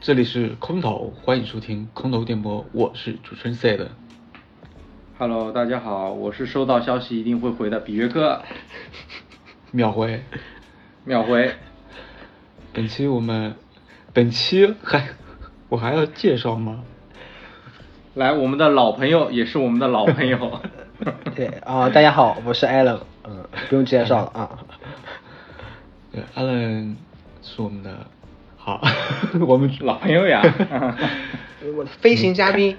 这里是空投，欢迎收听空投电波，我是主持人 C 的。 Hello，大家好，我是收到消息一定会回的比约克，秒回。秒回。本期我们，本期还我还要介绍吗？来，我们的老朋友也是我们的老朋友， 对啊、大家好，我是 Allen，嗯，不用介绍了啊。对，Allen 是我们的，好， 我们老朋友 呀嗯我飞行嘉宾，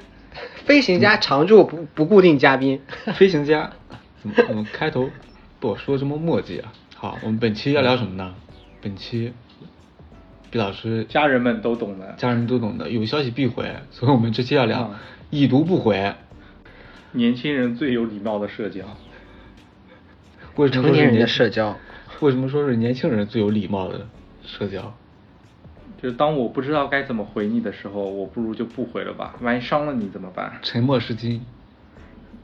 飞行家常驻不不固定嘉宾。飞行家，怎么怎么开头被我说这么墨迹啊？好，我们本期要聊什么呢？本期毕老师家人们都懂的。家人都懂的，有消息必回，所以我们这期要聊嗯已读不回。年轻人最有礼貌的社交，为什么说成年是人的年社交？为什么说是年轻人最有礼貌的社交？就是当我不知道该怎么回你的时候，我不如就不回了吧，万一伤了你怎么办？沉默是金，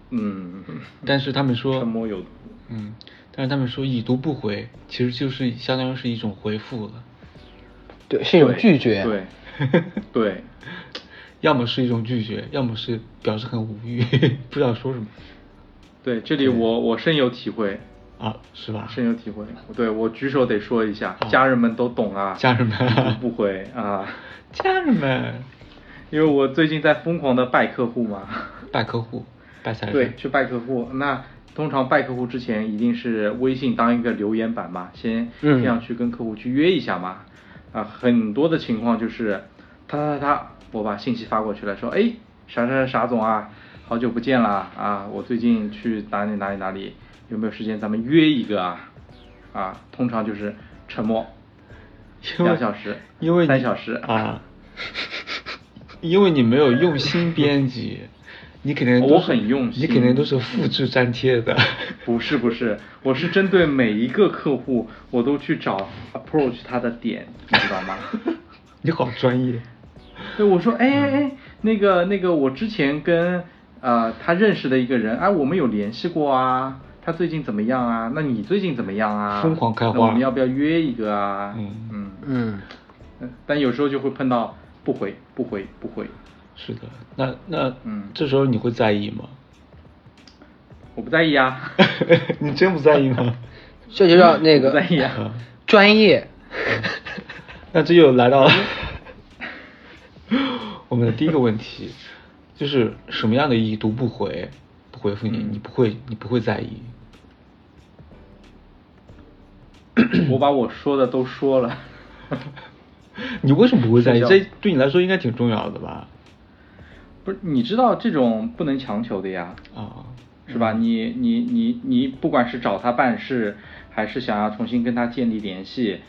嗯，但是他们说沉默有度。嗯，但是他们说已读不回，其实就是相当于是一种回复了，对，是一种拒绝。对， 对， 要么是一种拒绝，要么是表示很无语，不知道说什么对，这里我我深有体会，啊，是吧？深有体会。对我举手得说一下啊，家人们都懂啊，家人们已读不回啊，家人们，因为我最近在疯狂的拜客户嘛，拜客户，拜财神，对，去拜客户。那通常拜客户之前，一定是微信当一个留言板嘛，先嗯这样去跟客户去约一下嘛。啊，很多的情况就是，他他他，我把信息发过去了，说，哎，啥啥啥总啊，好久不见啦啊，我最近去哪里哪里哪里，有没有时间咱们约一个啊？啊，通常就是沉默，因为两小时，因为你三小时 啊，因为你没有用心编辑，你肯定都我是很用你心肯定都是复制粘贴的， 不是不是，我是针对每一个客户，我都去找 approach 他的点，你知道 吗？你好专业，对，我说，哎哎哎，那个那个，我之前跟呃他认识的一个人，哎，我们有联系过啊，他最近怎么样啊？那你最近怎么样啊？疯狂开那花我们要不要约一个啊？嗯嗯嗯，嗯，但有时候就会碰到不回不回不回，是的，那那嗯这时候你会在意吗？ 我不在意啊，你真不在意吗？ 这就叫那不在个意啊。 专业。那这又来到了 我们的第一个问题，就是什么样的已读不回，不回复你，嗯你不会，你不会在意。我把我说的都说了。 你为什么不会在意？睡觉这对你来说应该挺重要的吧？不是，你知道这种不能强求的呀，啊，是吧？你你你你，不管是找他办事，还是想要重新跟他建立联系，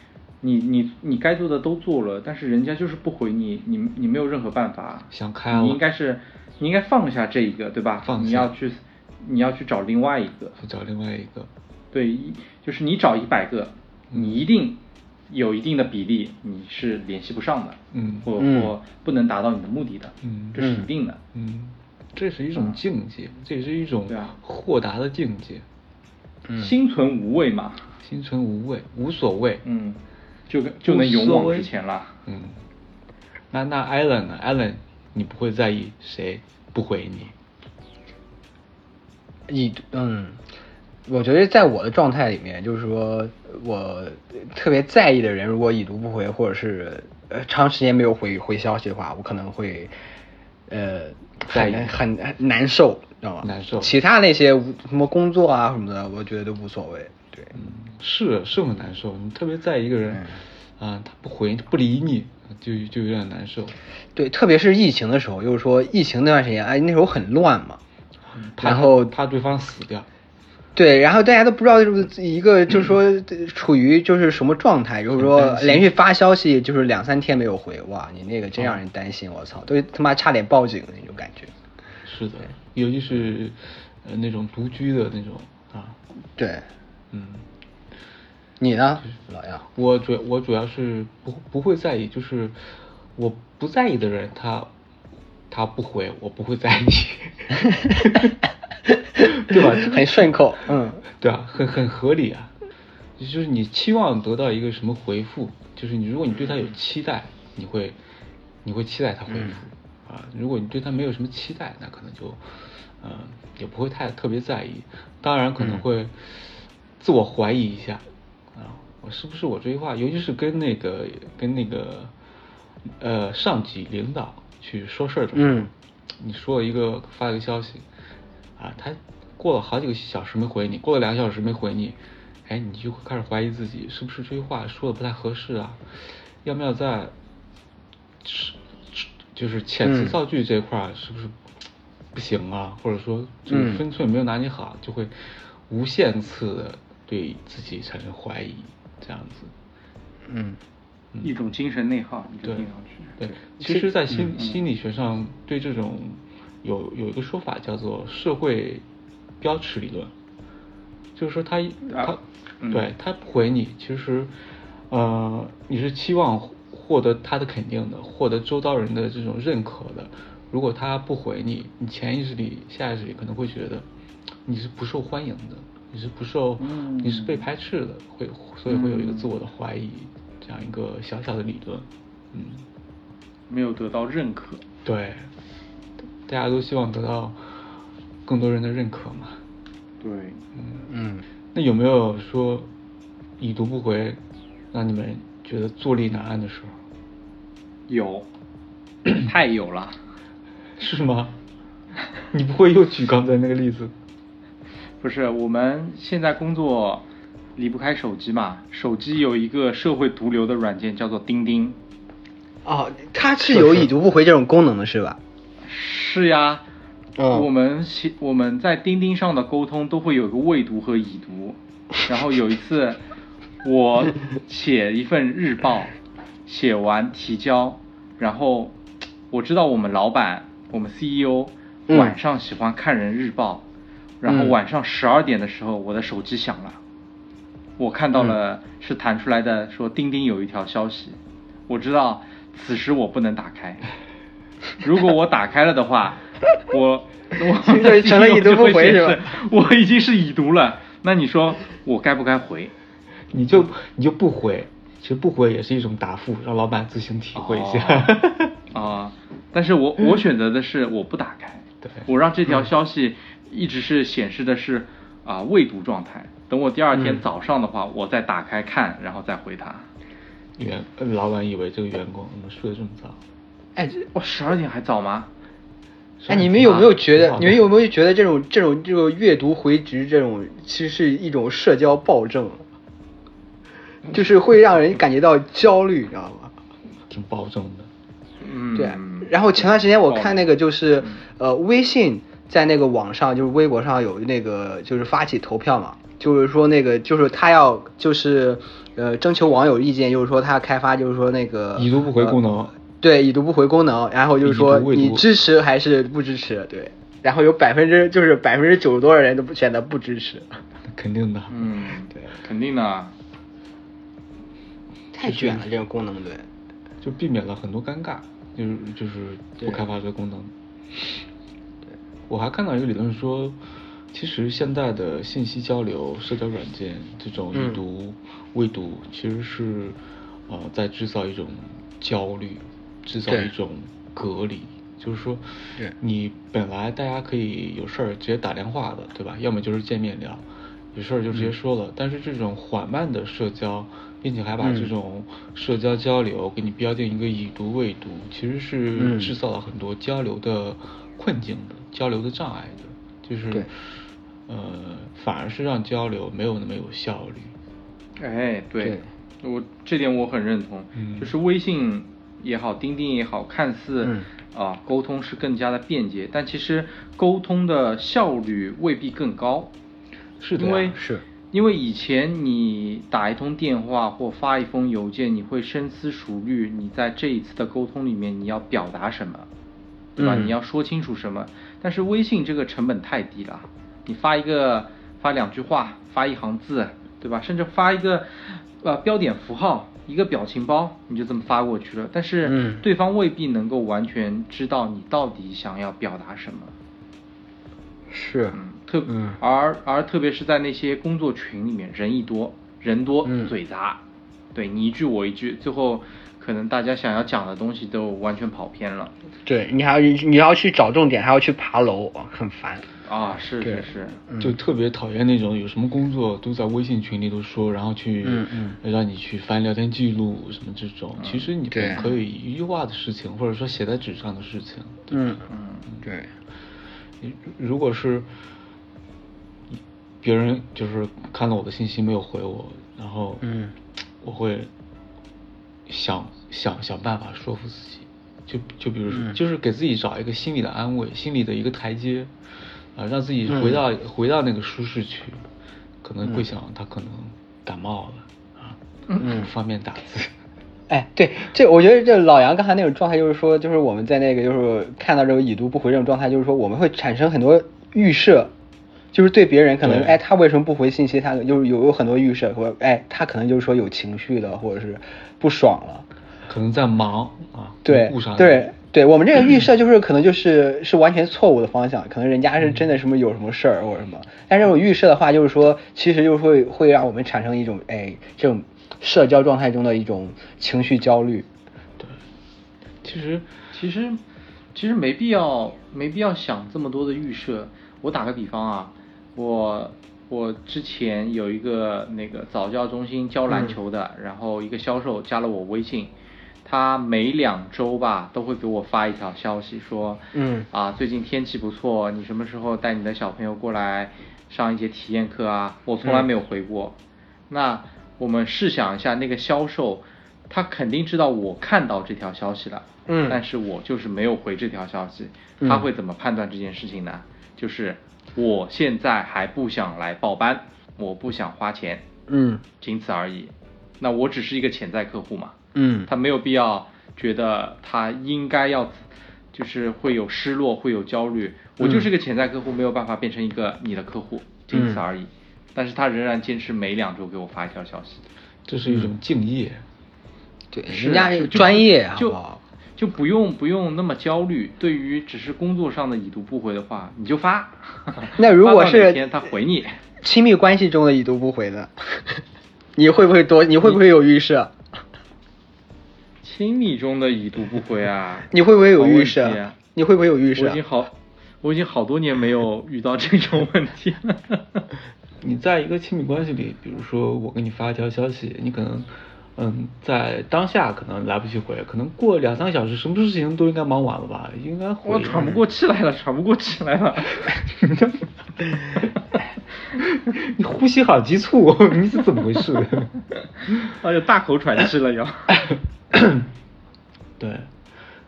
你你你该做的都做了，但是人家就是不回你，你你没有任何办法。想开了你应该是你应该放下这一个，对吧？放下你要去你要去找另外一个，去找另外一个。对，一就是你找一百个，你一定有一定的比例你是联系不上的，嗯或嗯或不能达到你的目的的，嗯这是一定的。嗯，这是一种嗯境界，这也是一种对啊豁达的境界，心存无畏嘛，心存无畏，无所谓。嗯，就跟就能勇无所往谓直前啦。嗯，那那 Allen 呢？Allen，你不会在意谁不回你？以嗯，我觉得在我的状态里面，就是说我特别在意的人，如果已读不回，或者是呃长时间没有回回消息的话，我可能会呃在很意很很难受，知道吗？难受其他那些无什么工作啊什么的，我觉得都无所谓。对，嗯，是是很难受，你特别在意一个人，嗯啊，他不回不理你，就就有点难受，对，特别是疫情的时候，就是说疫情那段时间，哎，那时候很乱嘛，嗯怕然后怕对方死掉，对，然后大家都不知道就是一个就是说处于就是什么状态，就是说连续发消息就是两三天没有回，哇，你那个真让人担心，我操，都他妈差点报警的那种感觉。是的，尤其是呃那种独居的那种啊，对，嗯，你呢，啊老杨？ 我主我主要是不不会在意，就是我不在意的人，他他不回，我不会在意， 对吧？ 很顺口，嗯， 对啊，很很合理啊。就是你期望得到一个什么回复，就是你如果你对他有期待，你会你会期待他回复、嗯啊。如果你对他没有什么期待，那可能就嗯、也不会太特别在意。当然可能嗯会自我怀疑一下、啊，我是不是我这句话，尤其是跟那个跟那个呃上级领导去说事儿的时候，嗯你说了一个发了一个消息啊，他过了好几个小时没回你，过了两个小时没回你，哎，你就会开始怀疑自己是不是这句话说的不太合适啊，要不要在是是就是遣词嗯造句这块儿是不是不行啊？或者说这个嗯分寸没有拿捏好，就会无限次的对自己产生怀疑，这样子。嗯嗯一种精神内耗，你就对听上去。嗯对，其实，在心、心理学上，对这种有有一个说法叫做社会标尺理论，就是说他他、啊嗯对他不回你，其实呃你是期望获得他的肯定的，获得周遭人的这种认可的。如果他不回你，你潜意识里、下意识里可能会觉得你是不受欢迎的，你是不受，嗯你是被排斥的，会所以会有一个嗯自我的怀疑，这样一个小小的理论，嗯。没有得到认可。对，大家都希望得到更多人的认可嘛。对，嗯，嗯，那有没有说已读不回，让你们觉得坐立难安的时候？ 有，太有了。是吗？ 你不会又举刚才那个例子？不是，我们现在工作离不开手机嘛，手机有一个社会毒瘤的软件叫做钉钉。哦，它是有已读不回这种功能的是吧？是呀，嗯我们写我们在钉钉上的沟通都会有个未读和已读。然后有一 次，我写一份日报，写完提交，然后我知道我们老板，我们 CEO 嗯晚上喜欢看人日报，然后嗯晚上十二点的时候，我的手机响了。我看到嗯了是弹出来的说钉钉有一条消息，我知道此时我不能打开， 如果我打开了的话，我我 就是成了已读不就会回显示是吧我已经是已读了，那你说我该不该回？你就你就不回，其实不回也是一种答复，让老板自行体会一下。 啊、但是我我选择的是我不打开，对我让这条消息一直是显示的是啊、未读状态。等我第二天嗯早上的话，我再打开看，然后再回他。员呃老板以为这个员工怎么睡得这么早？哎，这哇，十二点还早吗？哎，你们有没有觉挺得好？的你们有没有觉得这种这种这种阅读回执这种，其实是一种社交暴政，就是会让人感觉到焦虑，你知道吗？挺暴政的。嗯，对。啊然后前段时间哦我看那个嗯就是呃，微信在那个网上就是微博上有那个就是发起投票嘛，就是说那个就是他要就是呃征求网友意见，就是说他要开发就是说那个已读不回功能呃对，已读不回功能，然后就是说已读未读你支持还是不支持？对，然后有百分之就是百分之九十多的人都不选择不支持，那肯定的，嗯，对，肯定的。太卷了这个功能，对，就避免了很多尴尬，就是就是不对开发这个功能。我还看到一个理论说，其实现在的信息交流、社交软件这种已嗯读、未读，其实是呃在制造一种焦虑，制造对一种隔离。就是说对，你本来大家可以有事儿直接打电话的，对吧？要么就是见面聊，有事儿就直嗯接说了。但是这种缓慢的社交，并且还把这嗯种社交交流给你标定一个已读未读，其实是嗯制造了很多交流的困境的、交流的障碍的，就是对呃，反而是让交流没有那么有效率。哎，对，我这点我很认同，嗯就是微信也好，钉钉也好，看似、嗯啊沟通是更加的便捷，但其实沟通的效率未必更高。是的呀因为是因为以前你打一通电话或发一封邮件，你会深思熟虑，你在这一次的沟通里面你要表达什么，对吧？嗯你要说清楚什么。但是微信这个成本太低了，你发一个发两句话，发一行字，对吧？甚至发一个呃标点符号，一个表情包，你就这么发过去了。但是嗯对方未必能够完全知道你到底想要表达什么。是嗯，特嗯而而特别是在那些工作群里面，人一多，人多、嗯嘴杂，对你一句我一句，最后可能大家想要讲的东西都完全跑偏了。对你还要你要去找重点，还要去爬楼，哦很烦。啊，是是是，嗯就特别讨厌那种有什么工作都在微信群里头说，然后去嗯嗯让你去翻聊天记录什么这种。其实你对可以一句话的事情，或者说写在纸上的事情，嗯嗯，嗯，对，你如果是别人就是看了我的信息没有回我，然后嗯，我会想想想办法说服自己，就就比如说、嗯就是给自己找一个心理的安慰，心理的一个台阶，啊、让自己嗯回到、回到那个舒适区，可能会想他可能感冒了啊，嗯不方便打字， 哎，对，这我觉得这老杨刚才那种状态，就是说，就是我们在那个就是看到这种已读不回这种状态，就是说我们会产生很多预设，就是对别人可能对哎他为什么不回信息，他就是有有很多预设，或者哎他可能就是说有情绪了，或者是不爽了，可能在忙啊，对顾上对对，我们这个预设就是可能就是是完全错误的方向，可能人家是真的嗯什么有什么事儿或者什么，但这种预设的话，就是说其实就是会会让我们产生一种哎这种社交状态中的一种情绪焦虑。其实其实其实没必要没必要想这么多的预设。我打个比方啊，我我之前有一个那个早教中心教篮球的，嗯然后一个销售加了我微信。他每两周吧都会给我发一条消息说，嗯啊，最近天气不错，你什么时候带你的小朋友过来上一节体验课啊？我从来没有回过。嗯那我们试想一下，那个销售，他肯定知道我看到这条消息了，嗯但是我就是没有回这条消息，嗯他会怎么判断这件事情呢？就是我现在还不想来报班，我不想花钱，嗯仅此而已。那我只是一个潜在客户嘛，嗯他没有必要觉得他应该要，就是会有失落，会有焦虑。嗯我就是个潜在客户，没有办法变成一个你的客户，仅嗯此而已。但是他仍然坚持每两周给我发一条消息，这是一种嗯敬业，对，是人家就专业好就不好？就不用不用那么焦虑。对于只是工作上的已读不回的话，你就发。 那如果发到哪是天他回你，亲密关系中的已读不 回呢？你会不会多？你会不会有预设？亲密中的已读不回啊 ，你会不会有好预问设题啊你会不会有预设我已经好，我已经好多年没有遇到这种问题 了。你在一个亲密关系里，比如说我给你发一条消息，你可能，嗯，在当下可能来不及回，可能过两三个小时，什么事情都应该忙完了吧，应该回。我喘不过气来了，喘不过气来 了。 你呼吸好急促， 你是怎么回事？哎呦，大口喘气了要。 对，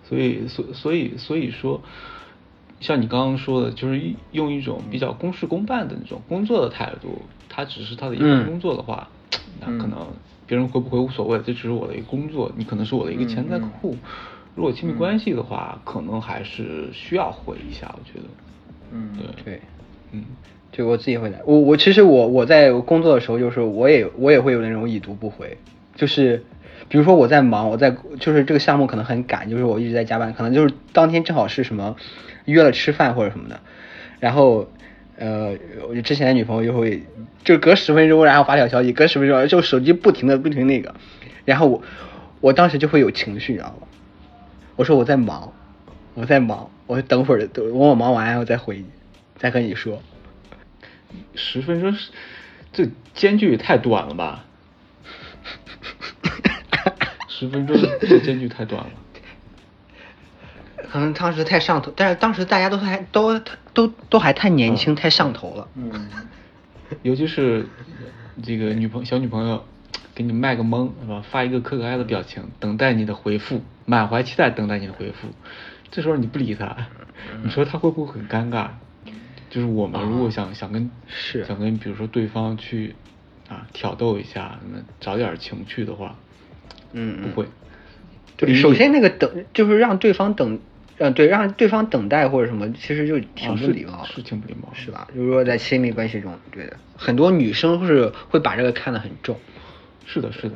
所以所所以所以说，像你刚刚说的，就是一用一种比较公事公办的那种工作的态度，它只是他的一份嗯工作的话，那嗯可能别人回不回无所谓，这只是我的一个工作，你可能是我的一个潜在客嗯户。如果亲密关系的话，可能还是需要回一下，我觉得。嗯对，对，嗯，对我自己会来。我我其实我我在工作的时候，就是我也我也会有那种已读不回，就是比如说我在忙，我在就是这个项目可能很赶，就是我一直在加班，可能就是当天正好是什么约了吃饭或者什么的，然后。呃，我就之前的女朋友就会，就隔十分钟，然后发条消息，隔十分钟，就手机不停的不停地那个，然后我，我当时就会有情绪，你知道吗？我说我在忙，我在忙，我说等会儿等我忙完然后再回你，再跟你说。十分钟是，这间距也太短了吧？ 十分钟这间距太短了。 可能当时太上头，但是当时大家都还都都都还太年轻，嗯太上头了。嗯，尤其是这个女朋小女朋友给你卖个懵是吧？发一个可可爱的表情，等待你的回复，满怀期待等待你的回复。这时候你不理他，你说他会不会很尴尬？就是我们如果想、想跟啊是想跟比如说对方去啊挑逗一下，那找点情趣的话，嗯嗯不会。对，首先那个等就是让对方等，呃，对，让对方等待或者什么，其实就挺啊不是礼貌的，是挺不礼貌的是吧？就是说在亲密关系中，对的，很多女生是会把这个看得很重。是的，是的，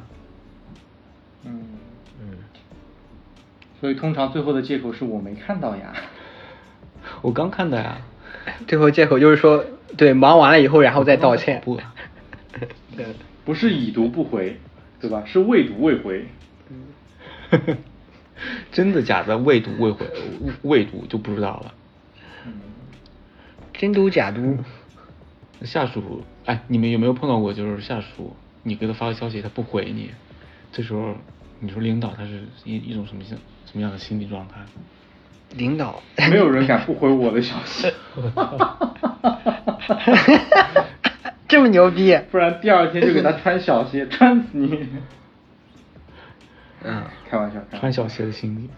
嗯，嗯，所以通常最后的借口是我没看到呀。 我刚看的呀，哎最后借口就是说，对，忙完了以后然后再道歉。不啊，不是已读不回，对吧？是未读未回。真的假的？未读未回，未读就不知道了。 真嘟假嘟，下属，哎，你们有没有碰到过，就是下属你给他发个消息，他不回你，这时候你说领导他是一一种什么心什么样的心理状态？领导，没有人敢不回我的消息，这么牛逼，不然第二天就给他穿小鞋，穿死你。嗯，开玩笑，开玩笑穿小鞋的心理。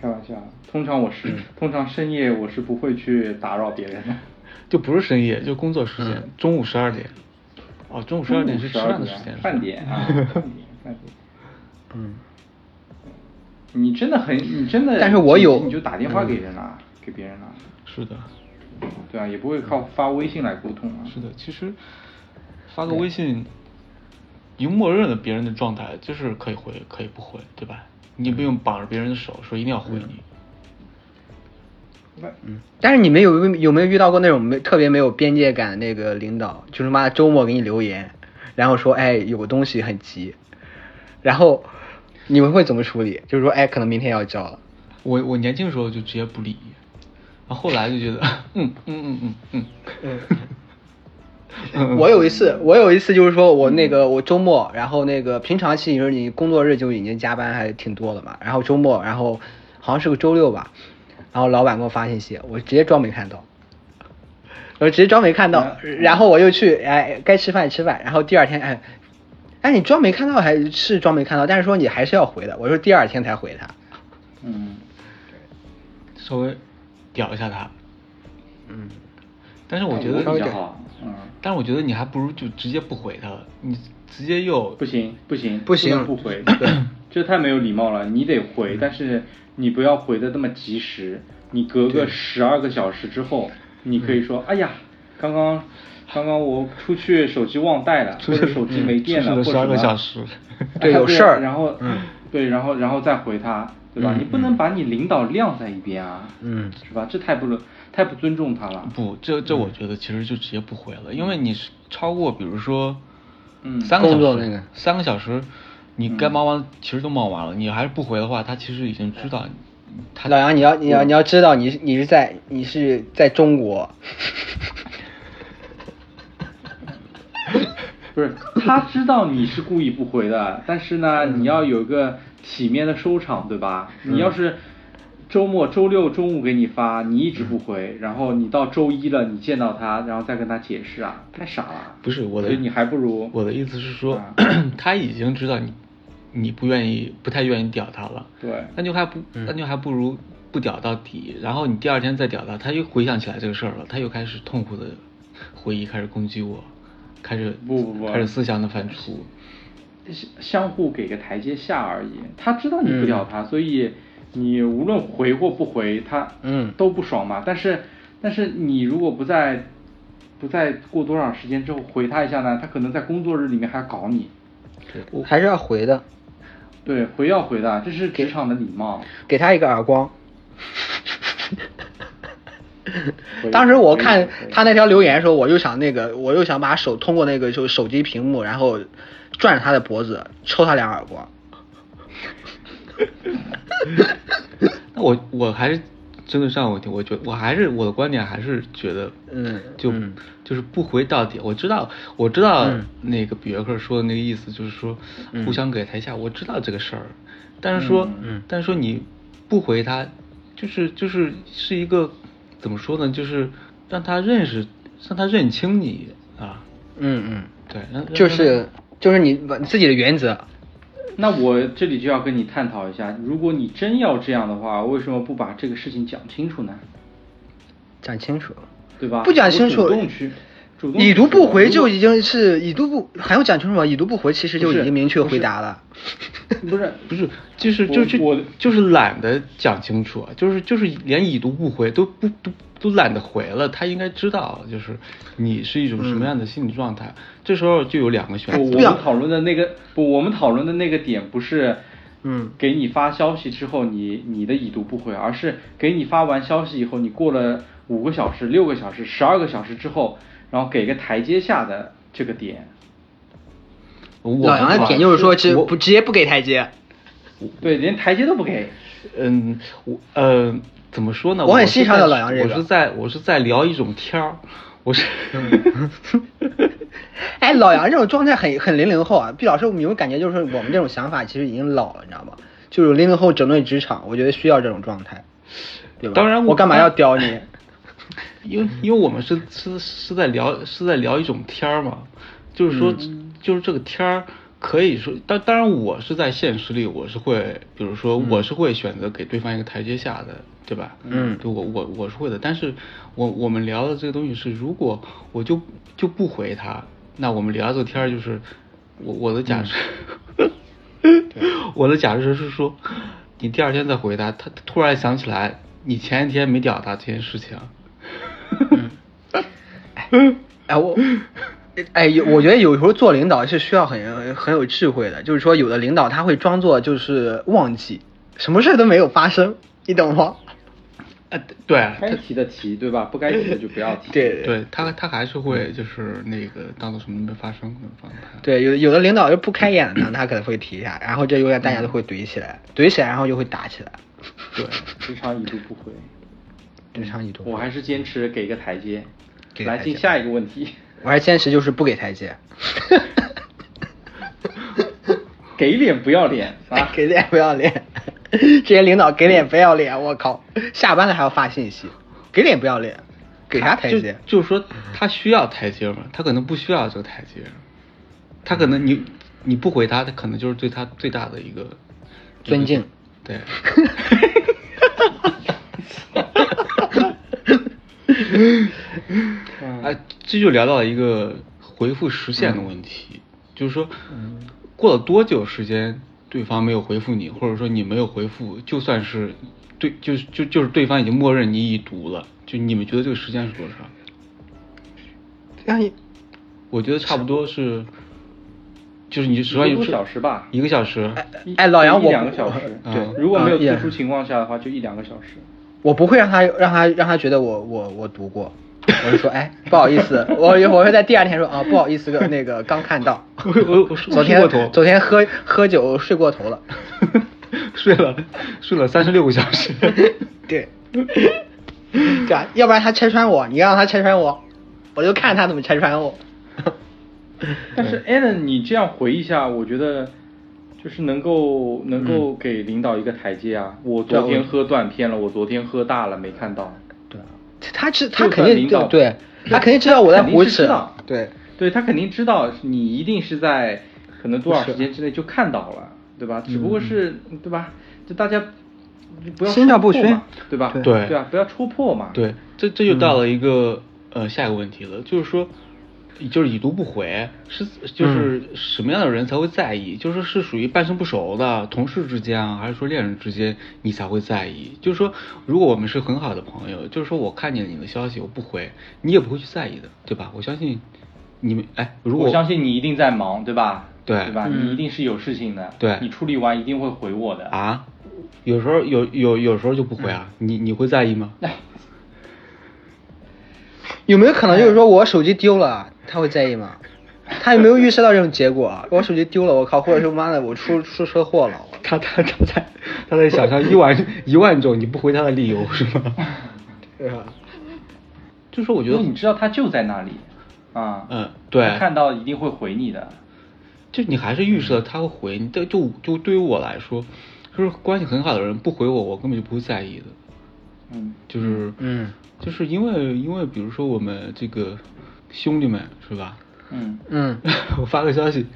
开玩笑，通常我是、通常深夜我是不会去打扰别人的。就不是深夜，就工作时间，嗯中午十二点。哦，中午十二点是吃饭的时间，饭点啊， 饭点，饭点。嗯，你真的很，你真的，但是我有嗯你就打电话给人啊，给别人啊，是的，对啊，也不会靠发微信来沟通啊。是的。其实发个微信，已经默认了别人的状态，就是可以回，可以不回，对吧？你不用绑着别人的手，说一定要回你。那嗯，但是你们有没有有没有遇到过那种没特别没有边界感的那个领导？就是妈周末给你留言，然后说哎有个东西很急，然后你们会怎么处理？就是说哎可能明天要交了，我我年轻的时候就直接不理，然后后来就觉得，嗯嗯嗯嗯呃嗯，嗯 我有一次，我有一次就是说我那个我周末，然后那个平常期就是你工作日就已经加班还挺多了嘛，然后周末，然后好像是个周六吧，然后老板给我发信息，我直接装没看到，我直接装没看到，然后我又去哎该吃饭吃饭，然后第二天哎哎你装没看到还是装没看到，但是说你还是要回的，我说第二天才回他，嗯，稍微屌一下他。嗯，但是我觉得哎那我比较好嗯但是我觉得你还不如就直接不回他，你直接又不行不行不行能不 回，对，这太没有礼貌了。你得回，但是你不要回的这么及时，你隔个十二个小时之后，你可以说，哎呀，刚刚刚刚我出去手机忘带 了，出或去者手机没电了，出或去者了12个什么小时对哎有事儿然后对，然后然后再回他，对吧？嗯你不能把你领导晾在一边啊，嗯，是吧？这太不能太不尊重他了。不，这这嗯我觉得其实就直接不回了，因为你是超过比如说，嗯三个小工作时，那个三个小时，你该忙完其实都忙完了，你还是不回的话，他其实已经知道你，他老杨你要你要你要知道你是你是在你是在中国。 不是，他知道你是故意不 回的，但是呢，嗯你要有个体面的收场，对吧？你要是周末周六中午给你发，你一直不回，然后你到周一了，你见到他，然后再跟他解释啊，太傻了。不是我的所以你还不如我的意思是说啊， 他已经知道你你不愿意，不太愿意屌他了，对那就还不嗯那就还不如不屌到底，然后你第二天再屌他，他又回想起来这个事儿了，他又开始痛苦的回忆，开始攻击我，开始不不不开始思想的反刍。相相互给个台阶下而已。他知道嗯你不屌他，所以你无论回或不回，他嗯都不爽嘛。但是但是你如果不在不在过多少时间之后回他一下呢，他可能在工作日里面还搞你。还是要回的，对，回要回的，这是职场的礼貌。给他一个耳光。当时我看他那条留言的时候，我就想那个，我又想把手通过那个就手机屏幕，然后转着他的脖子，抽他两耳光。那 我我还是针对上个问题，我觉得我还是我的观点还是觉得，嗯就、嗯就是不回到底。我知道我知道嗯那个比约克说的那个意思，就是说嗯互相给台下，我知道这个事儿，但是说、嗯但是说你不回他，就是就是是一个怎么说呢，就是让他认识让他认清你啊，嗯对，让让就是就是你把你自己的原则。那我这里就要跟你探讨一下，如果你真要这样的话，为什么不把这个事情讲清楚呢？讲清楚，对吧不讲清楚，我主动去主动去已读不说回就已经是已读不还要讲清楚吗？已读不回其实就已经明确回答了。不是 不是，就是我就是我就是懒得讲清楚啊，就是就是连已读不回都不都都懒得回了。他应该知道，啊就是你是一种什么样的心理状态。这时候就有两个选哎不，择嗯啊我，们讨论的那个不，我们讨论的那个点不是，嗯给你发消息之后你你的已读不回，而是给你发完消息以后，你过了五个小时、六个小时、十二个小时之后，然后给个台阶下的这个点。我老杨的点就是说，直我不直接不给台阶。对，连台阶都不给。嗯，我呃，怎么说呢？我我很是欣赏在老杨这个我是在我是在聊一种天儿，我是嗯 哎，老杨这种状态很很零零后啊，毕老师，我们有没有感觉就是我们这种想法其实已经老了，你知道吗？就是零零后整顿职场，我觉得需要这种状态，对吧？当然我我干嘛要刁 你？因为因为我们是是是在聊是在聊一种天儿嘛，就是说、就是这个天儿可以说，当当然我是在现实里我是会，比如说我是会选择给对方一个台阶下的，对吧？嗯对我我我是会的，但是我我们聊的这个东西是，如果我就就不回他，那我们聊这个天儿就是我我的假设。 我的假设是说，你第二天再回他，他突然想起来你前一天没屌他这件事情，嗯哎，我，哎，有我觉得有时候做领导是需要很很有智慧的，就是说有的领导他会装作就是忘记，什么事儿都没有发生，你懂吗？呃，对，该提的提，对吧？不该提的就不要提。哎对对他他还是会就是那个当做什么都没发生的状态。对，有有的领导就不开眼呢，他可能会提一下，然后这永远大家都会怼起来，怼起来然后就会打起来， 对，职场已读不回，职场一种。我还是坚持给一个台阶，给来台进阶下一个问题， 我还坚持就是不给台 阶，给脸不要脸啊！哎给脸不要脸，这些领导给脸不要脸，我靠，下班了还要发信息，给脸不要脸，给啥台阶？就就是说他需要台阶嘛，他可能不需要这个台阶，他可能嗯你你不回他，他可能就是对他最大的一个尊敬。 对。嗯哎，这就聊到一个回复时限的问题，就是说，嗯过了多久时间对方没有回复你，或者说你没有回复，就算是对，就是就就是对方已经默认你已读了，就你们觉得这个时间是多少？让你我觉得差不多是，就是你十万一个多小时吧一个小时，一哎老杨一我两不个小时，嗯对，如果没有啊也特殊情况下的话，就一两个小时。 我不会让他让他让他觉得我我我读过，我就说哎不好意思，我我会在第二天说啊不好意思个那个刚看到，我我我睡睡昨天过头昨天喝喝酒睡过 头了， 睡了睡了三十六个小 时。 对，对啊，要不然他拆穿我，你让他拆穿我，我就看他怎么拆穿我。 但是 a l a n 你这样回一下，我觉得就是能够能够给领导一个台阶啊。我昨天喝断片了，我昨天喝大了，没看到。对啊，他知他就肯算定领对导对，他对肯定知道我在肯定胡是扯知道，对，对他肯定知道你一定是在可能多少时间之内就看到了，对吧？只不过是、对吧？就大家不要嗯心照戳不破宣嘛对吧？对对啊，不要戳破嘛。嗯对，这这就到了一个、呃下一个问题了，就是说，就是已读不回是嗯就是什么样的人才会在意？就是是属于半生不熟的同事之间啊，还是说恋人之间你才会在意？就是说，如果我们是很好的朋友，就是说我看见你的消息我不回，你也不会去在意的，对吧？我相信你们，哎，如果我相信你一定在忙，对吧？对对吧？嗯你一定是有事情的，对你处理完一定会回我的。啊，有时候有有有时候就不回啊，嗯你你会在意吗？哎有没有可能就是说我手机丢了，他会在意吗？他有没有预测到这种结果？我手机丢了，我靠，或者说妈的我出出车祸了，我他他他在他在想象一万一万种你不回他的理由是吗？啊对吧？就是说我觉因为得你知道他就在那里，啊，嗯对他看到一定会回你的。就你还是预设他会回你，但就就对于我来说，就是关系很好的人不回我，我根本就不会在意的。嗯，就是嗯就是因为因为比如说我们这个兄弟们是吧？嗯，嗯， 我发个消息，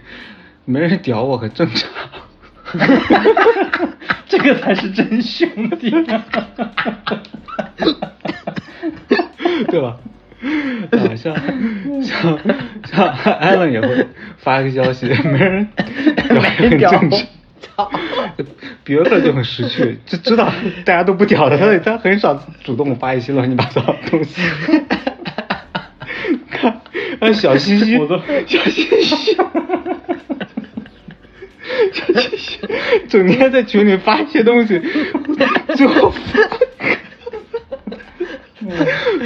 没人屌我很正常。 这个才是真兄弟。 对吧？啊，像像像艾伦也会发一个消息，没人没人屌屌很正常。操！比尔克就很识趣，就知道大家都不屌他，所以他很少主动发一些乱七八糟的东西。看， 啊，小西西，我都小西 西，小西西，整天在群里发一些东西， 最后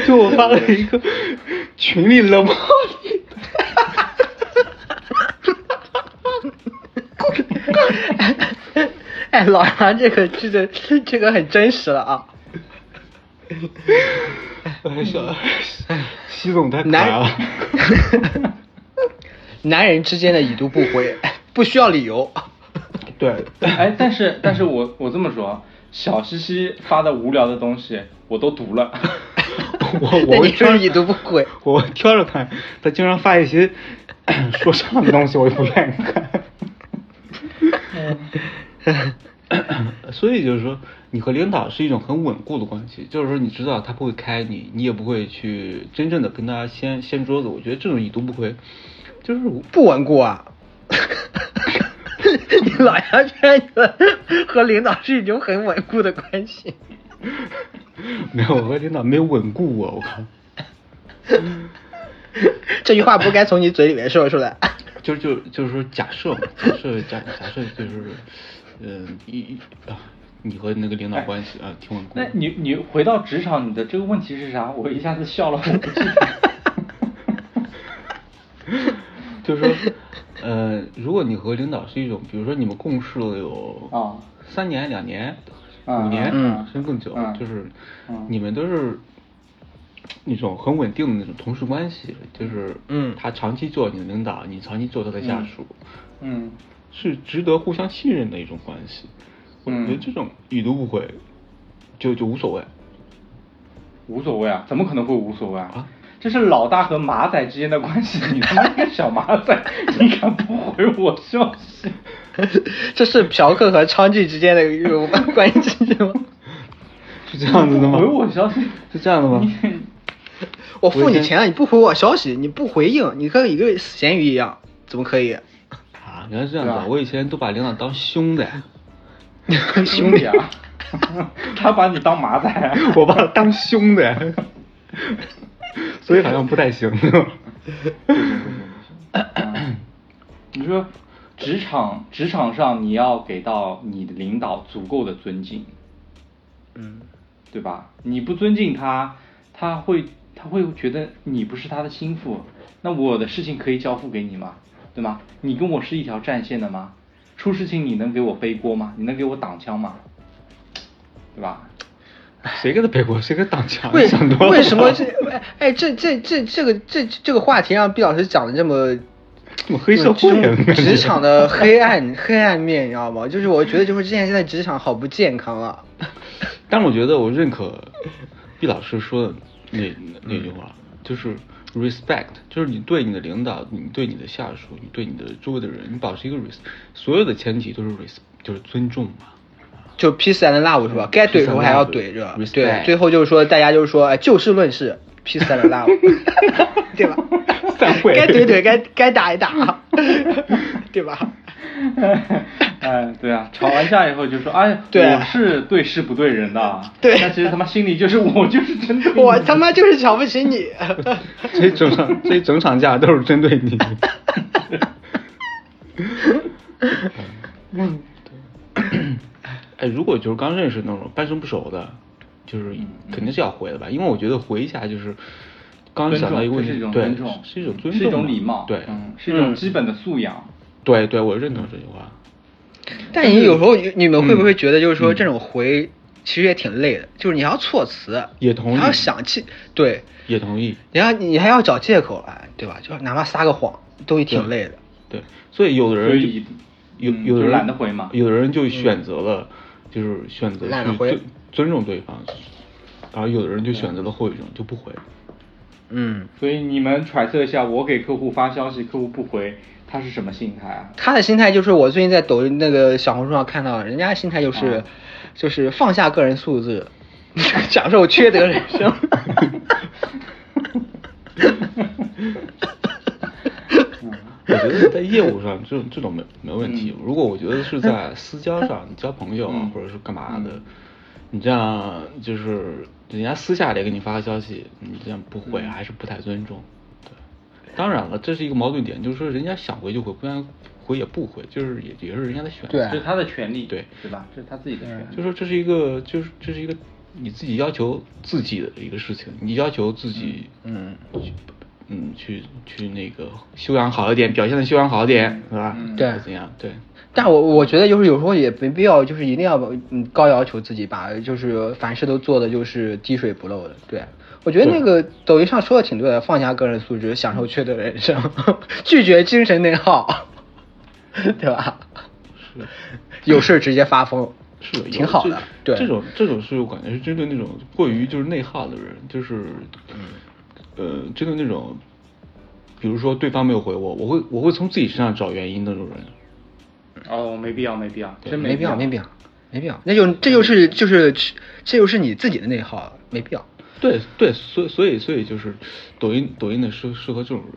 就我发了一个群里冷暴力，哎哎，老杨这个这个这个很真实了啊。哎，小，哎，习总太可爱男了。 男人之间的已读不回，不需要理由。对，哎，但是但是我我这么说，啊小西西发的无聊的东西我都读了， 我那我你会说挑已读不回， 我会挑着看。他经常发一些 说唱的东西，我就不愿意看。 所以就是说，你和领导是一种很稳固的关系，就是说你知道他不会开你，你也不会去真正的跟他掀掀桌子。我觉得这种已读不回，就是我不稳 固啊。你老杨居然觉得和领导是一种很稳固的关系。没有我和领导没有稳固我，我靠，这句话不该从你嘴里面说出 来。就就就是说假设嘛，假设假假设就是，嗯、一一啊，你和那个领导关系啊挺稳固那的。你你回到职场，你的这个问题是啥？我一下子笑了，我不记得。 就是说，呃，如果你和领导是一种，比如说你们共事了有啊三年、两年、啊五年，嗯甚至更久，嗯就是嗯你们都是那种很稳定的那种同事关系，就是嗯他长期做你的领导，你长期做他的下属，嗯，是值得互相信任的一种关系。我觉得嗯这种已读不回，就就无所谓。 无所谓啊，怎么可能会无所谓啊？啊这是老大和马仔之间的 关系，你他妈一个小马仔， 你敢不回我消息？这是嫖客和娼妓之间的一种关系吗？是这样子的吗？回我 消息是这样的吗？我付你钱了，你不回我消息，你不回应，你跟一个死咸鱼一样，怎么可以？啊，原来是这样子啊对吧！我以前都把领导当兄弟，兄弟啊， 他把你当马仔啊、 我把他当 兄弟，所以好像不太行。嗯你说职场职场上你要给到你的领导足够的尊敬，嗯，对吧？你不尊敬他，他会他会觉得你不是他的心腹，那我的事情可以交付给你吗？对吗？你跟我是一条战线的吗？出事情你能给我背锅吗？你能给我挡枪吗？对吧？ 谁给他背锅？谁给他挡枪？为想多了吧为什么这哎哎这这这这个这这个话题让毕老师讲的这么这么黑社会啊这种感觉职场的黑暗黑暗面，你知道吗？就是我觉得就是现在现在职场好不健康啊。 但我觉得我认可毕老师说的那那句话，就是 respect，就是你对你的领导，你对你的下属，你对你的周围的人，你保持一个 res，所有的前提都是 res，就是尊重嘛。就 peace and love 是吧？该怼的时候还要 love 怼着，对， respect 最后就是说大家就是说，哎，就事论事，peace and love，对吧？散会该怼怼，该该打一 打，对吧？嗯，对啊，吵完架以后就说，哎，对啊我是对事不对人的，对但其实他妈心里就是 我就是针对你我他妈就是瞧不 起你。这整场这整场架都是针对 你。嗯，哎，如果就是刚认识那种半生不熟的，就是肯定是要回的吧，因为我觉得回一下就是刚尊想重，到一个这问是一题种，对尊重，，是一种尊重嘛，是一种礼貌，对，嗯，是一种基本的素养。对对，我认同这句话。但你有时候你们会不嗯会觉得就是说这种回其实也挺累的，就是你还要措辞，也同意还要想气，对，也同意，你还你还要找借口来，对吧？就哪怕撒个谎，都也挺累的。对，所以有的所人以就有嗯有的就人懒得回嘛嗯有的人就选择了，就是选择懒得去回尊尊重对方，然后有的人就选择了后一种就不回。嗯，所以你们揣测一下，我给客户发消息，客户不回，他是什么心态啊？他的心态就是我最近在抖音那个小红书上看到，人家的心态就是、哦啊就是放下个人素质， 享受缺德人生。 我觉得在业务上这种这种没没问题嗯。如果我觉得是在私交上，你交朋友啊嗯，或者是干嘛的，你这样就是人家私下里给你发个消息，你这样不回嗯还是不太尊重。对，当然了，这是一个矛盾点，就是说人家想回就回，不想回也不回，就是也也是人家的选择。对嗯这是他的权利，对对吧？这是他自己的权利。就说这是一个，就是这是一个你自己要求自己的一个事情，你要求自己，嗯，嗯，去去那个修养好一点，表现的修养好一点，是吧？嗯对或者怎样？对，但我我觉得就是有时候也没必要，就是一定要嗯高要求自己吧，就是凡事都做的就是滴水不漏的。对，我觉得那个抖音上说的挺对的，放下个人素质，享受缺德人生， 拒绝精神内耗， 对吧？是。有事儿直接发疯，是有挺好的。这对，这种这种是我感觉是针对那种过于就是内耗的人，就是，呃，针对那种，比如说对方没有回我，我会我会从自己身上找原因的那种人。哦，没必要，没必要，真没必必要，没必要，没必要。那就这就是就是这就是你自己的内耗了，没必要。对对，所以所以所以就是抖音抖音的适适合这种人。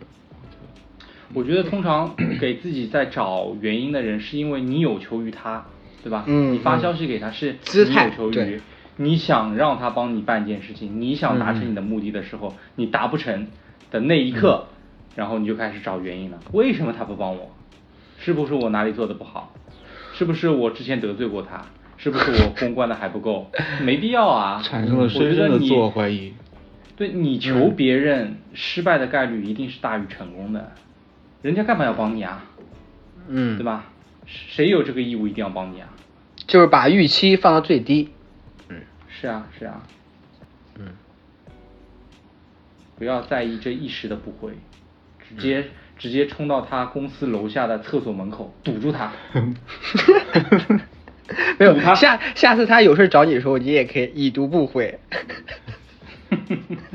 我觉得通常给自己在找原因的人，是因为你有求于他，对吧？嗯你发嗯消息给他是你姿态有求于对，你想让他帮你办一件事情，你想达嗯成你的目的的时候，你达不成的那一刻，然后你就开始找原因了。为什么他不帮我？是不是我哪里做的不好？是不是我之前得罪过他？是不是我公关的还不够？没必要啊！产生了我觉深深得的你自嗯我怀疑。对你嗯求别人失败的概率一定是大于成功的，人家干嘛要帮你啊？嗯，对？吧？谁有这个义务一定要帮你啊？就是把预期放到最低。嗯是啊，是啊，嗯，不要在意这一时的不会，直接、嗯直接冲到他公司楼下的厕所门口堵住他。 没有堵嗯他下下次他有事找你的时候，你也可以已读不回。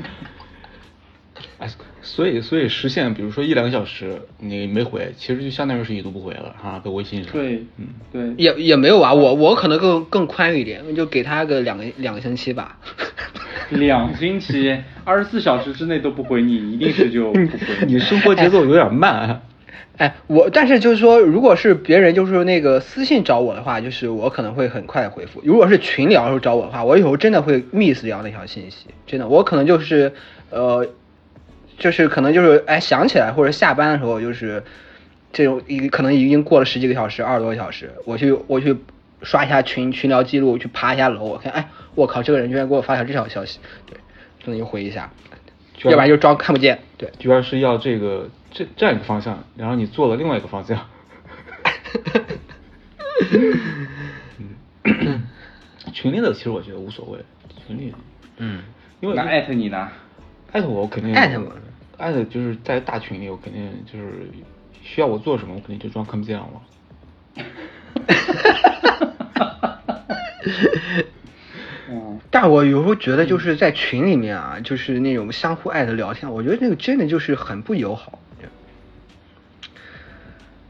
哎，所以所以实现，比如说一两个小时你没回，其实就相当于是已读不回了哈，在微信上。对，嗯，对，也也没有啊，我我可能更更宽裕一点，就给他个两个两个星期吧。两星期二十四小时之内都不回你，一定是就不回 你生活节奏有点慢啊。哎，我但是就是说，如果是别人就是那个私信找我的话，就是我可能会很快的回复；如果是群聊的时候找我的话，我有时候真的会 miss 掉那条信息，真的，我可能就是呃，就是可能就是哎想起来或者下班的时候就是这种一可能已经过了十几个小时、二十多个小时，我去我去刷一下群群聊记录，去爬一下楼，我看哎我靠，这个人居然给我发条这条消息，对，可能就回一下，居要然不然就装看不见，对。主要是要这个这这样一个方向，然后你做了另外一个方 向。嗯 群里的其实我觉得无所谓，群里，嗯，因为那艾特你呢？艾特我，我肯定艾特我，艾特就是在大群里，我肯定就是需要我做什么，我肯定就装看不见我。嗯，但我有时候觉得，就是在群里面啊，就是那种相互爱的聊天，我觉得那个真的就是很不友好，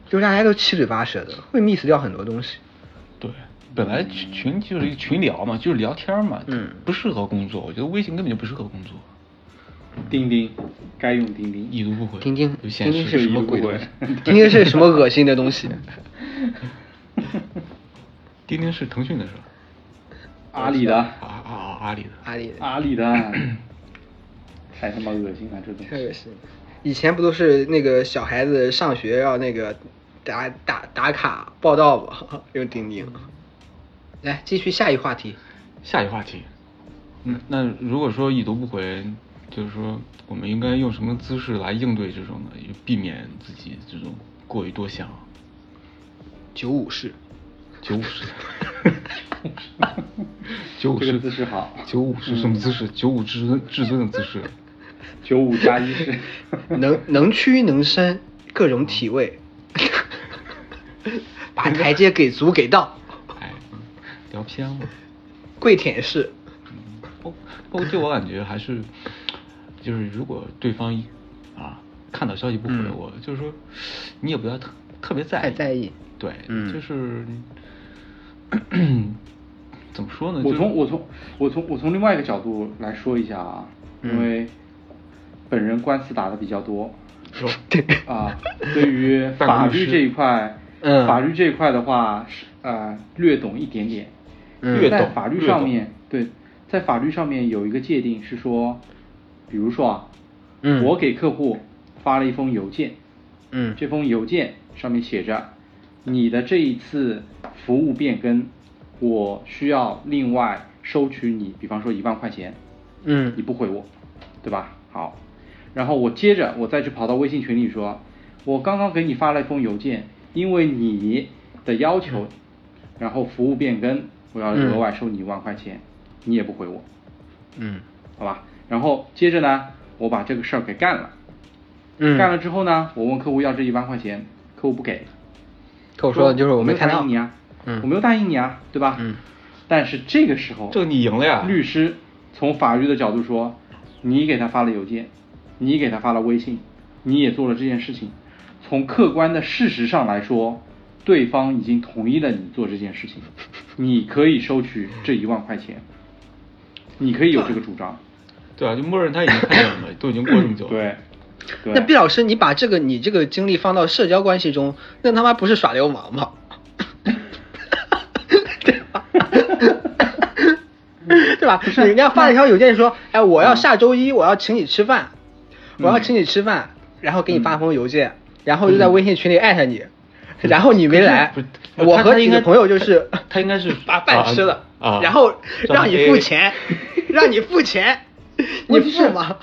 就是大家都七嘴八舌的，会 miss 掉很多东西。对，本来群群就是一个群聊嘛，就是聊天嘛，嗯不适合工作。我觉得微信根本就不适合工作，钉钉，该用钉钉。已读不回，钉钉，有钉显钉示是什么不鬼会东西？钉钉是什么恶心的东 西？钉钉是腾讯的是吧？阿里的，啊啊啊！阿里的，阿里的，阿里的， 太他妈恶心了，这东太西。恶心了。以前不都是那个小孩子上学要那个打打打卡报道吗？ 用钉钉。来，继续下一话题。下一话题。嗯，那如果说已读不回，就是说我们应该用什么姿势来应对这种呢？也避免自己这种过于多想。九五式。九五 式，九五这式个姿势好九五是什么姿势？九五至尊至尊的姿势。九五加 一是，能 能屈能伸，各种体位， 把台阶给足给到，哎，嗯聊偏了。跪舔式。不不过就我感觉还是，就是如果对方一啊看到消息不回嗯我，就是说你也不要特特别在太意，在意对，嗯就是 怎么说呢？我就从我从我从我从另外一个角度来说一下啊，嗯因为本人官司打的比较多 是吧 对，啊，对于办公法律室这一块，嗯法律这一块的话是呃略懂一点点，嗯略在懂法律略上懂面对，在法律上面有一个界定是说，比如说啊，嗯我给客户发了一封邮件，嗯这封邮件上面写着，你的这一次服务变更，我需要另外收取你，比方说一万块钱，嗯你不回我，对吧？好，然后我接着我再去跑到微信群里说，我刚刚给你发了一封邮件，因为你的要嗯求，然后服务变更，我要额外收你一万块钱，你也不回我，嗯好吧？然后接着呢，我把这个事儿给干了，嗯，干了之后呢，我问客户要这一万块钱，客户不给，跟我说的就是我没没看答到应你啊，嗯我没有答应你啊，对吧？嗯。但是这个时候，这个你赢了呀律师从法律的角度说，你给他发了邮件，你给他发了微信，你也做了这件事情。从客观的事实上来说，对方已经同意了你做这件事情，你可以收取这一万块钱，你可以有这个主张。对啊，就默认他已经看见 了嘛，都已经过这么久了。对，对那毕老师，你把这个你这个经历放到社交关系中，那他妈不是耍流氓吗？ 对吧？ 对吧？人家发了一条邮件说，哎，我嗯要下周一我要请你吃饭，我要请你吃饭，然后给你发封邮件，然后就在微信群里艾特你，然后你没来嗯不是，他我和他几应个该朋友就是他他应该是 把饭吃了，啊啊然后让他让你 AA 付钱，让你付钱，你问题付是吗？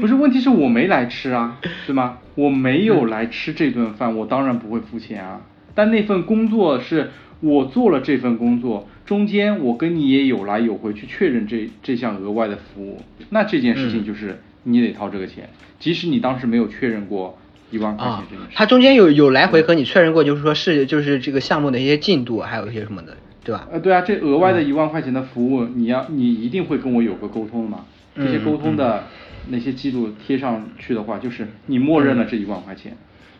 不是，问题是我没来吃啊，对吗？我没嗯有来吃这顿饭，我当然不会付钱啊。但那份工作是我做了这份工作，中间我跟你也有来有回去确认这这项额外的服务，那这件事嗯情就是你得掏这个钱，即使你当时没有确认过一万块钱啊这件事。，他中间有有来回和你确认过，就是说是就是这个项目的一些进度，还有一些什么的，对吧？呃，对啊，这额外的一万块钱的服务，你要你一定会跟我有个沟通的嘛。这些沟通的那些记录贴上去的话，就是你默认了这一万块 钱。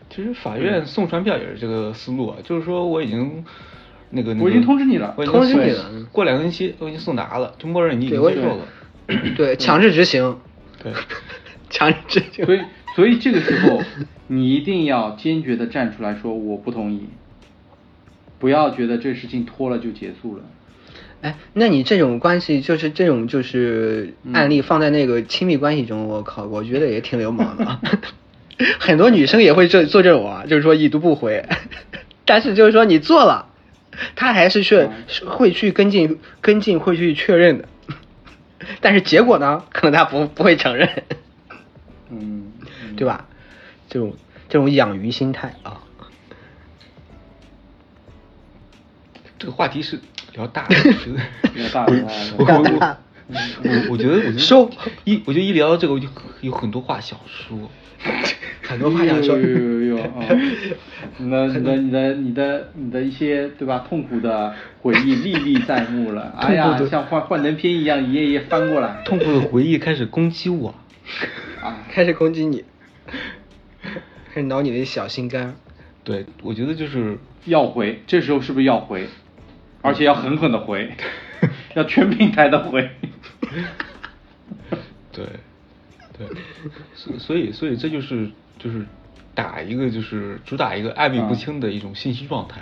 其实法院送传票也是这个思路啊，就是说我已经那个，那个我已经通知你了我已经通知送你了过两个星期我已经送达了，就默认你已对，经我接受了。对，强制执行， 对，强制执行。所以，所以这个时候你一定要坚决的站出来说我不同意，不要觉得这事情拖了就结束了。哎，那你这种关系，就是这种就是案例放在那个亲密关系中，我靠，我觉得也挺流氓的。啊 很多女生也会这做这种啊，就是说已读不回， 但是就是说你做了，他还是去是会去跟进跟进，会去确认的。 但是结果呢，可能他不不会承认，嗯，嗯 对？吧？这种这种养鱼心态啊，这个话题是聊大 了，我觉得聊大了聊大了我我聊大了我我我觉得我觉得收一我觉得一聊到这个我就有很多话想说，很多话想说有有有有有啊！你的你的你的你的你的一些对吧？痛苦的回忆历历在目了。哎呀，像幻幻灯片一样一页一页翻过来。痛苦的回忆开始攻击我。啊，开始攻击你，开始挠你的小心肝儿。对，我觉得就是要回，这时候是不是要回？而且要狠狠的回，要全平台的回。对，对，所所以所以这就是就是打一个就是主打一个暧昧不清的一种信息状态。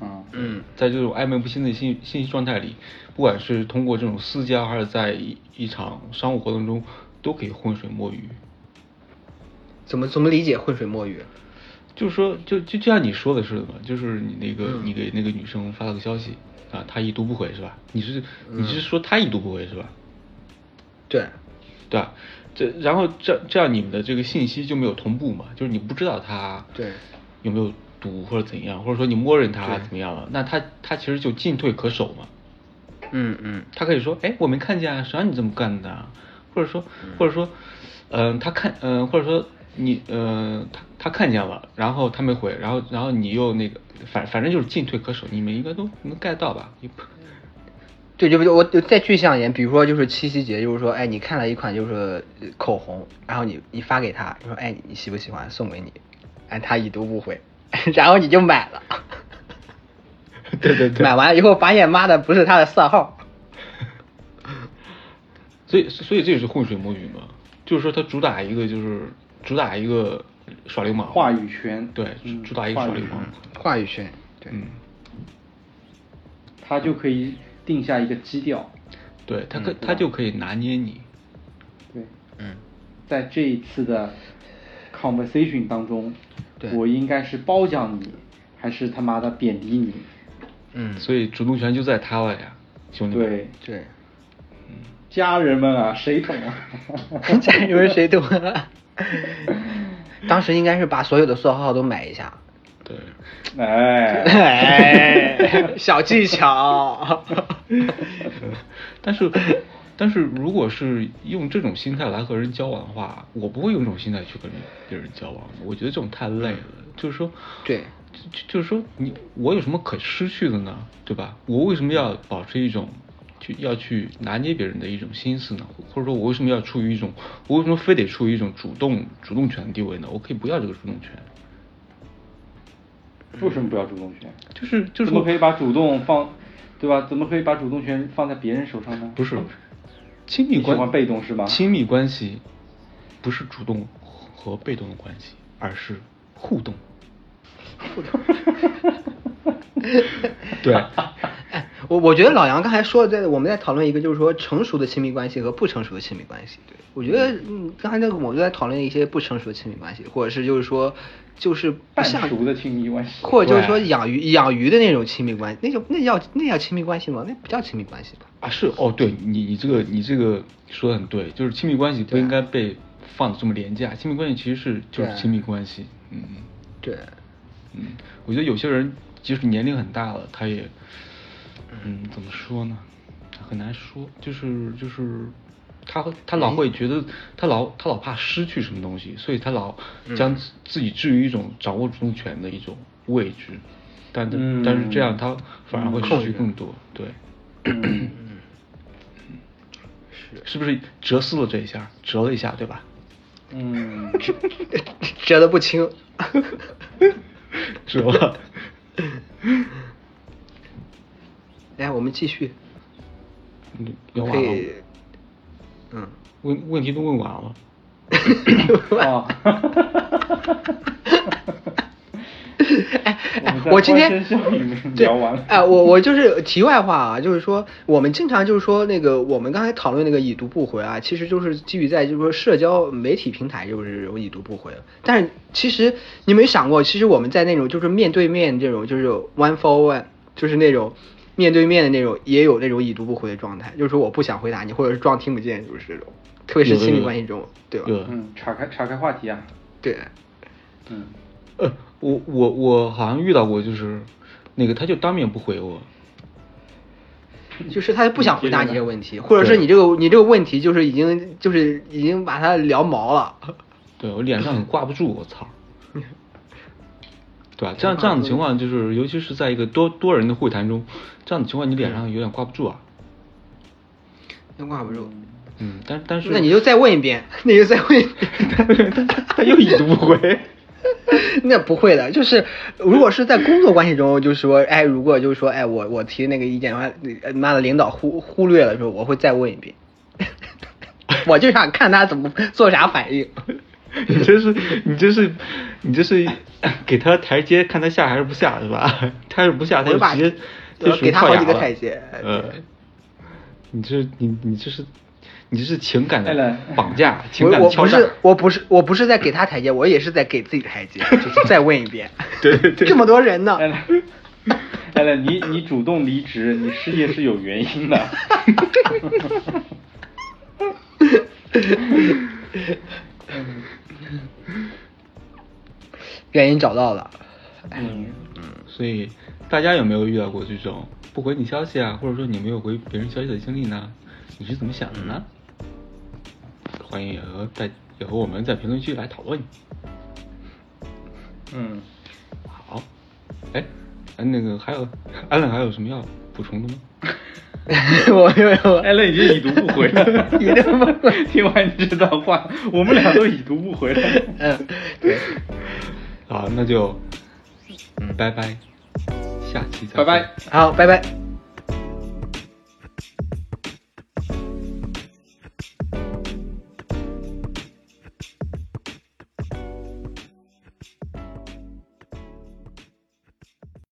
嗯嗯在这种暧昧不清的信信息状态里，不管是通过这种私交，还是在一一场商务活动中，都可以浑水摸鱼。，怎么怎么理解浑水摸鱼？就是说，就就就像你说的似的嘛，就是你那个、嗯你给那个女生发了个消息啊，她已读不回是吧？你是嗯你是说她已读不回是吧？对，对吧？这然后这这样你们的这个信息就没有同步嘛，就是你不知道他对有没有读或者怎样，或者说你默认他怎么样了，那他他其实就进退可守嘛。嗯嗯他可以说，哎，我没看见啊，谁让你这么干的啊？或者说，或者说，嗯、他看，嗯、或者说你，嗯、他他看见了，然后他没回，然后然后你又那个，反反正就是进退可守，你们应该都能 get 到吧？也不对，就就我就再具象一点，比如说就是七夕节，就是说，哎，你看了一款就是呃口红，然后你你发给他，你说，哎，你喜不喜欢？送给你，哎，他已读不回， 然后你就买了，对对对，买完以后发现妈的不是他的色号，所以所以这也是浑水摸鱼嘛，就是说他主打一个就是主打一个耍流氓话语权对，嗯主打一个话耍语流氓，话语权，对，嗯，他就可以定下一个基调。对他可他就可以拿捏你，对，嗯，在这一次的 conversation 当中对，我应该是褒奖你，还是他妈的贬低你？嗯，所以主动权就在他了呀，兄弟们，对，对，嗯，家人们啊，谁懂 啊？家人们谁懂 啊？ 当时应该是把所有的色号都买一下。对， 哎，哎，小技巧。但是，但是如果是用这种心态来和人交往的话，我不会用这种心态去跟人别人交往的。我觉得这种太累了。就是说，对就，就就是说你我有什么可失去的呢？对吧？我为什么要保持一种去要去拿捏别人的一种心思呢？或者说我为什么要处于一种我为什么非得处于一种主动主动权的地位呢？我可以不要这个主动权。为什么不要主动权？就是就是怎么可以把主动放，对吧？怎么可以把主动权放在别人手上呢？不是亲密你喜关欢被动是吧亲密关系不是主动和被动的关系，而是互动。对，我我觉得老杨刚才说的在，我们在讨论一个就是说成熟的亲密关系和不成熟的亲密关系。对我觉得，嗯，刚才那个我们在讨论一些不成熟的亲密关系，或者是就是说就是不半像熟的亲密关系，或者就是说对养鱼养鱼的那种亲密关系，那就那叫那叫亲密关系吗？那不叫亲密关系吧？啊，是哦，对你你这个你这个说的很对，啊就是亲密关系不对啊应该被放的这么廉价，亲密关系其实是就是对亲密关系，嗯对， 嗯，我觉得有些人即使年龄很大了，他也，嗯，怎么说呢，很难说，就是就是。他会他老会觉得，他老他老怕失去什么东西，所以他老将自自己置于一种掌握主动权的一种位置，但、嗯但是这样他反而会失控去制更多，对。 嗯是不是折丝了这一下？折了一下，对吧？ 嗯，折得不轻。折 了。 来，我们继续，嗯聊可完以了，， 嗯，问问题都问完了。啊， 哎我们，哎在我今欢天声笑语里面对聊完了哎，我我就是题外话啊，就是说我们经常就是说那个我们刚才讨论那个已读不回啊，其实就是基于在就是说社交媒体平台就是有已读不回，但是其实你有没有想过，其实我们在那种就是面对面这种就是 one for one，就是那种。面对面的那种也有那种已读不回的状态，就是说我不想回答你，或者是装听不见，就是这种，特别是有的亲密有的关系中，对吧？有的嗯，岔开岔开话题啊，对，嗯，呃，我我我好像遇到过，就是那个他就当面不回我，就是他不想回答你这个问嗯题，或者是你这个你这个问题就是已经就是已经把他聊毛了。对我脸上很挂不住，我操。对吧？这样这样的情况就是，尤其是在一个多多人的会谈中，这样的情况你脸上有点挂不住啊。 那挂不住，嗯，但但是那你就再问一遍，那你就再问一遍， 他又已读不回。那不会的，就是如果是在工作关系中，就是说，哎，如果就是说，哎，我我提那个意见的话，呃妈的，领导忽忽略了，说我会再问一遍， 我就想看他怎么做啥反应。你这是你这是你这是给他台阶，看他下还是不下是吧？他是不下，他就我就把直接我就属于给他跳好崖几个了台阶哎呃对，你这你你这是你这是情感艾的伦绑架， 情我感的我敲不诈。是我不是我不是在给他台阶，我也是在给自己台阶，就是再问一遍。 对对对哎这么多人呢艾， 伦，艾伦，你你主动离职，你失业是有原因的。 原因找到了。嗯，所以大家有没有遇到过这种不回你消息啊，或者说你没有回别人消息的经历呢？你是怎么想的呢？欢迎也和在也和我们在评论区来讨论。嗯，好，哎，哎那个还有安冷还有什么要补充的吗？我没有，艾伦已经已读不回了，已读不回。 听完你这段话，我们俩都已读不回了。嗯，对，好，那就，嗯，拜拜，下期再拜拜会。好，拜拜。